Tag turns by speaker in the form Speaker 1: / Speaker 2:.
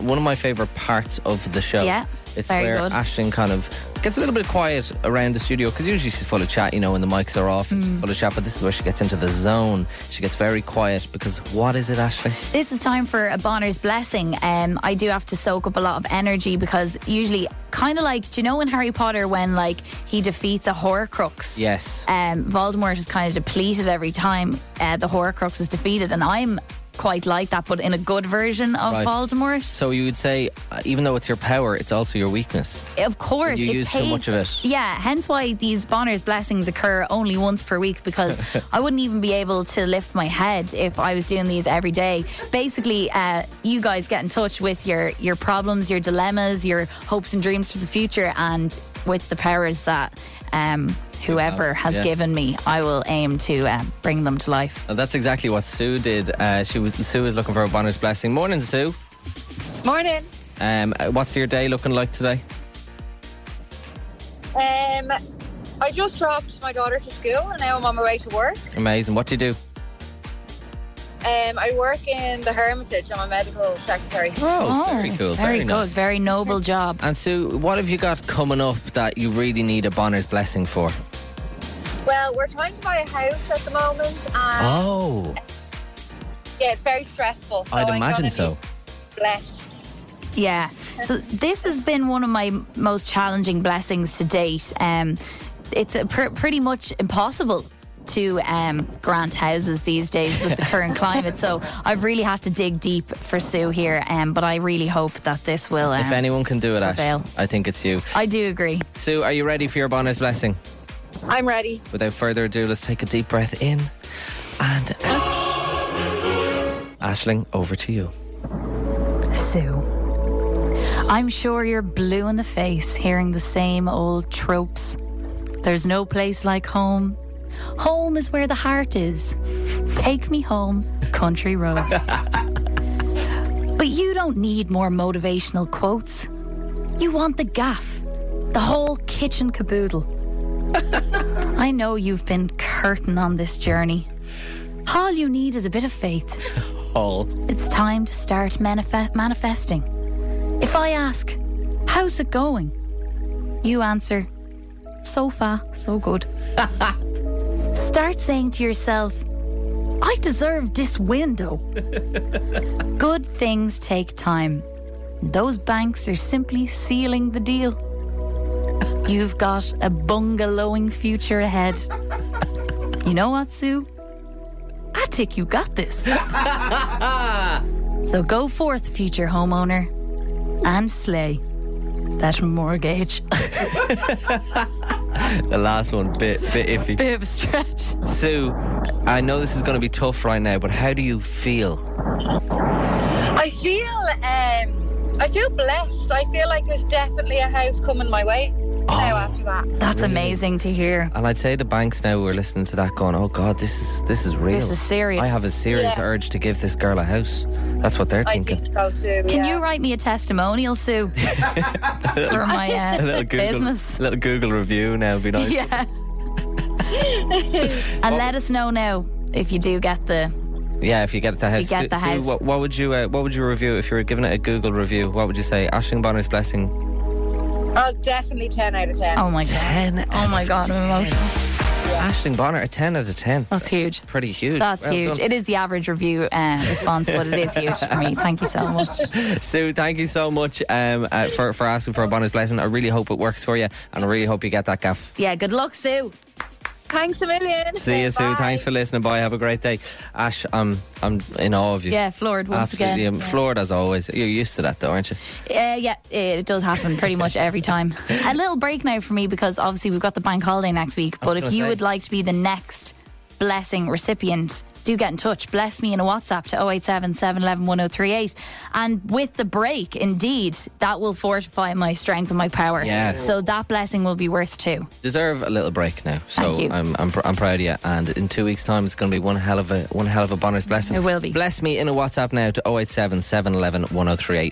Speaker 1: one of my favorite parts of the show.
Speaker 2: Yeah,
Speaker 1: it's
Speaker 2: very
Speaker 1: where
Speaker 2: good.
Speaker 1: Ashton kind of gets a little bit quiet around the studio because usually she's full of chat, you know, when the mics are off, and
Speaker 2: Hmm.
Speaker 1: she's full of chat. But this is where she gets into the zone. She gets very quiet because what is it, Ashton?
Speaker 2: This is time for a Bonner's blessing. Um, I do have to soak up a lot of energy because usually, kind of like, do you know in Harry Potter when like he defeats a Horcrux?
Speaker 1: Yes.
Speaker 2: Um, Voldemort is kind of depleted every time uh, the Horcrux is defeated, and I'm quite like that, but in a good version of
Speaker 1: Right.
Speaker 2: Voldemort.
Speaker 1: So you would say, uh, even though it's your power, it's also your weakness.
Speaker 2: Of course,
Speaker 1: You
Speaker 2: it
Speaker 1: use too
Speaker 2: takes-
Speaker 1: much of it.
Speaker 2: Yeah, hence why these Bonner's blessings occur only once per week because I wouldn't even be able to lift my head if I was doing these every day. Basically, uh, you guys get in touch with your your problems, your dilemmas, your hopes and dreams for the future, and with the powers that um, whoever has
Speaker 1: yeah.
Speaker 2: given me, I will aim to uh, bring them to life.
Speaker 1: Now, Uh, that's exactly what Sue did. Uh, she was Sue is looking for a Bonner's blessing. Morning, Sue.
Speaker 3: Morning.
Speaker 1: Um, uh, what's your day looking like today?
Speaker 3: Um, I just dropped my daughter to school and now I'm on my way to work.
Speaker 1: Amazing. What do you do?
Speaker 3: Um, I work in the Hermitage. I'm a medical secretary.
Speaker 1: Oh,
Speaker 2: Oh,
Speaker 1: very cool.
Speaker 2: Very,
Speaker 1: Very,
Speaker 2: good.
Speaker 1: nice.
Speaker 2: Very noble job.
Speaker 1: And Sue, what have you got coming up that you really need a Bonner's blessing for?
Speaker 3: Well, we're trying to buy a house at the moment. And
Speaker 1: Oh,
Speaker 3: Yeah, it's very stressful. So
Speaker 1: I'd
Speaker 3: I'm
Speaker 1: imagine
Speaker 3: gonna
Speaker 1: so.
Speaker 3: Be blessed.
Speaker 2: Yeah. So this has been one of my most challenging blessings to date. Um, it's a pr- pretty much impossible to um, grant houses these days with the current climate. So I've really had to dig deep for Sue here. Um, but I really hope that this will. Um,
Speaker 1: If anyone can do it, Ash,
Speaker 2: prevail.
Speaker 1: I think it's you.
Speaker 2: I do agree.
Speaker 1: Sue, are you ready for your Bonner's blessing?
Speaker 3: I'm ready.
Speaker 1: Without further ado, let's take a deep breath in and out. Ashling, over to you.
Speaker 2: Sue. I'm sure you're blue in the face hearing the same old tropes. There's no place like home. Home is where the heart is. Take me home, country roads. but you don't need more motivational quotes. You want the gaff, the whole kitchen caboodle. I know you've been curtain on this journey. All you need is a bit of faith.
Speaker 1: All.
Speaker 2: It's time to start manife- manifesting. If I ask, how's it going? You answer, so far, so good. start saying to yourself, I deserve this window. good things take time. Those banks are simply sealing the deal. You've got a bungalowing future ahead. You know what, Sue? I think you got this. So go forth, future homeowner, and slay that mortgage.
Speaker 1: The last one, bit bit iffy.
Speaker 2: Bit of a stretch.
Speaker 1: Sue, I know this is going to be tough right now, but how do you feel?
Speaker 3: I feel um, I feel blessed. I feel like there's definitely a house coming my way now
Speaker 1: Oh.
Speaker 3: after that.
Speaker 2: That's amazing to hear.
Speaker 1: And I'd say the banks now who are listening to that going, oh God, this is this is real.
Speaker 2: is serious.
Speaker 1: I have a serious
Speaker 3: Yeah.
Speaker 1: urge to give this girl a house. That's what they're
Speaker 3: I
Speaker 1: thinking.
Speaker 3: think so too.
Speaker 2: Can
Speaker 3: yeah.
Speaker 2: you write me a testimonial, Sue, for my
Speaker 1: A
Speaker 2: uh,
Speaker 1: little Google,
Speaker 2: business?
Speaker 1: little Google review now would be nice.
Speaker 2: Yeah. and let us know now if you do get the.
Speaker 1: Yeah, if you get the house.
Speaker 2: get the
Speaker 1: Sue,
Speaker 2: house.
Speaker 1: what, what would you uh, what would you review if you were giving it a Google review? What would you say? Ashing Bonner's blessing.
Speaker 3: Oh, definitely ten out of ten.
Speaker 2: Oh my god.
Speaker 1: Ten.
Speaker 2: Oh my god, I'm emotional.
Speaker 1: Ashling Bonner, a ten out of ten.
Speaker 2: That's huge.
Speaker 1: Pretty huge.
Speaker 2: That's
Speaker 1: Well
Speaker 2: huge.
Speaker 1: done.
Speaker 2: It is the average review uh, response, but it is huge for me. Thank you so much.
Speaker 1: Sue, thank you so much um, uh, for, for asking for a bonus blessing. I really hope it works for you, and I really hope you get that gaff.
Speaker 2: Yeah, good luck, Sue.
Speaker 3: Thanks a million.
Speaker 1: See you, Sue.
Speaker 3: Bye.
Speaker 1: Thanks for listening. Bye. Have a great day. Ash, I'm I'm in awe of you.
Speaker 2: Yeah, floored once
Speaker 1: Absolutely.
Speaker 2: again.
Speaker 1: I'm floored as always. You're used to that, though, aren't you?
Speaker 2: Uh, yeah, it does happen pretty much every time. A little break now for me because obviously we've got the bank holiday next week. But if
Speaker 1: gonna
Speaker 2: you
Speaker 1: say.
Speaker 2: would like to be the next blessing recipient, do get in touch. Bless me in a WhatsApp to 087 711 1038. And with the break, indeed, that will fortify my strength and my power.
Speaker 1: Yeah.
Speaker 2: So that blessing will be worth two.
Speaker 1: Deserve a little break now. So
Speaker 2: Thank you.
Speaker 1: I'm, I'm pr- I'm proud of you. And in two weeks' time, it's going to be one hell of a one hell of a bonus blessing.
Speaker 2: It will be.
Speaker 1: oh Bless me in a WhatsApp now to 087 711 1038.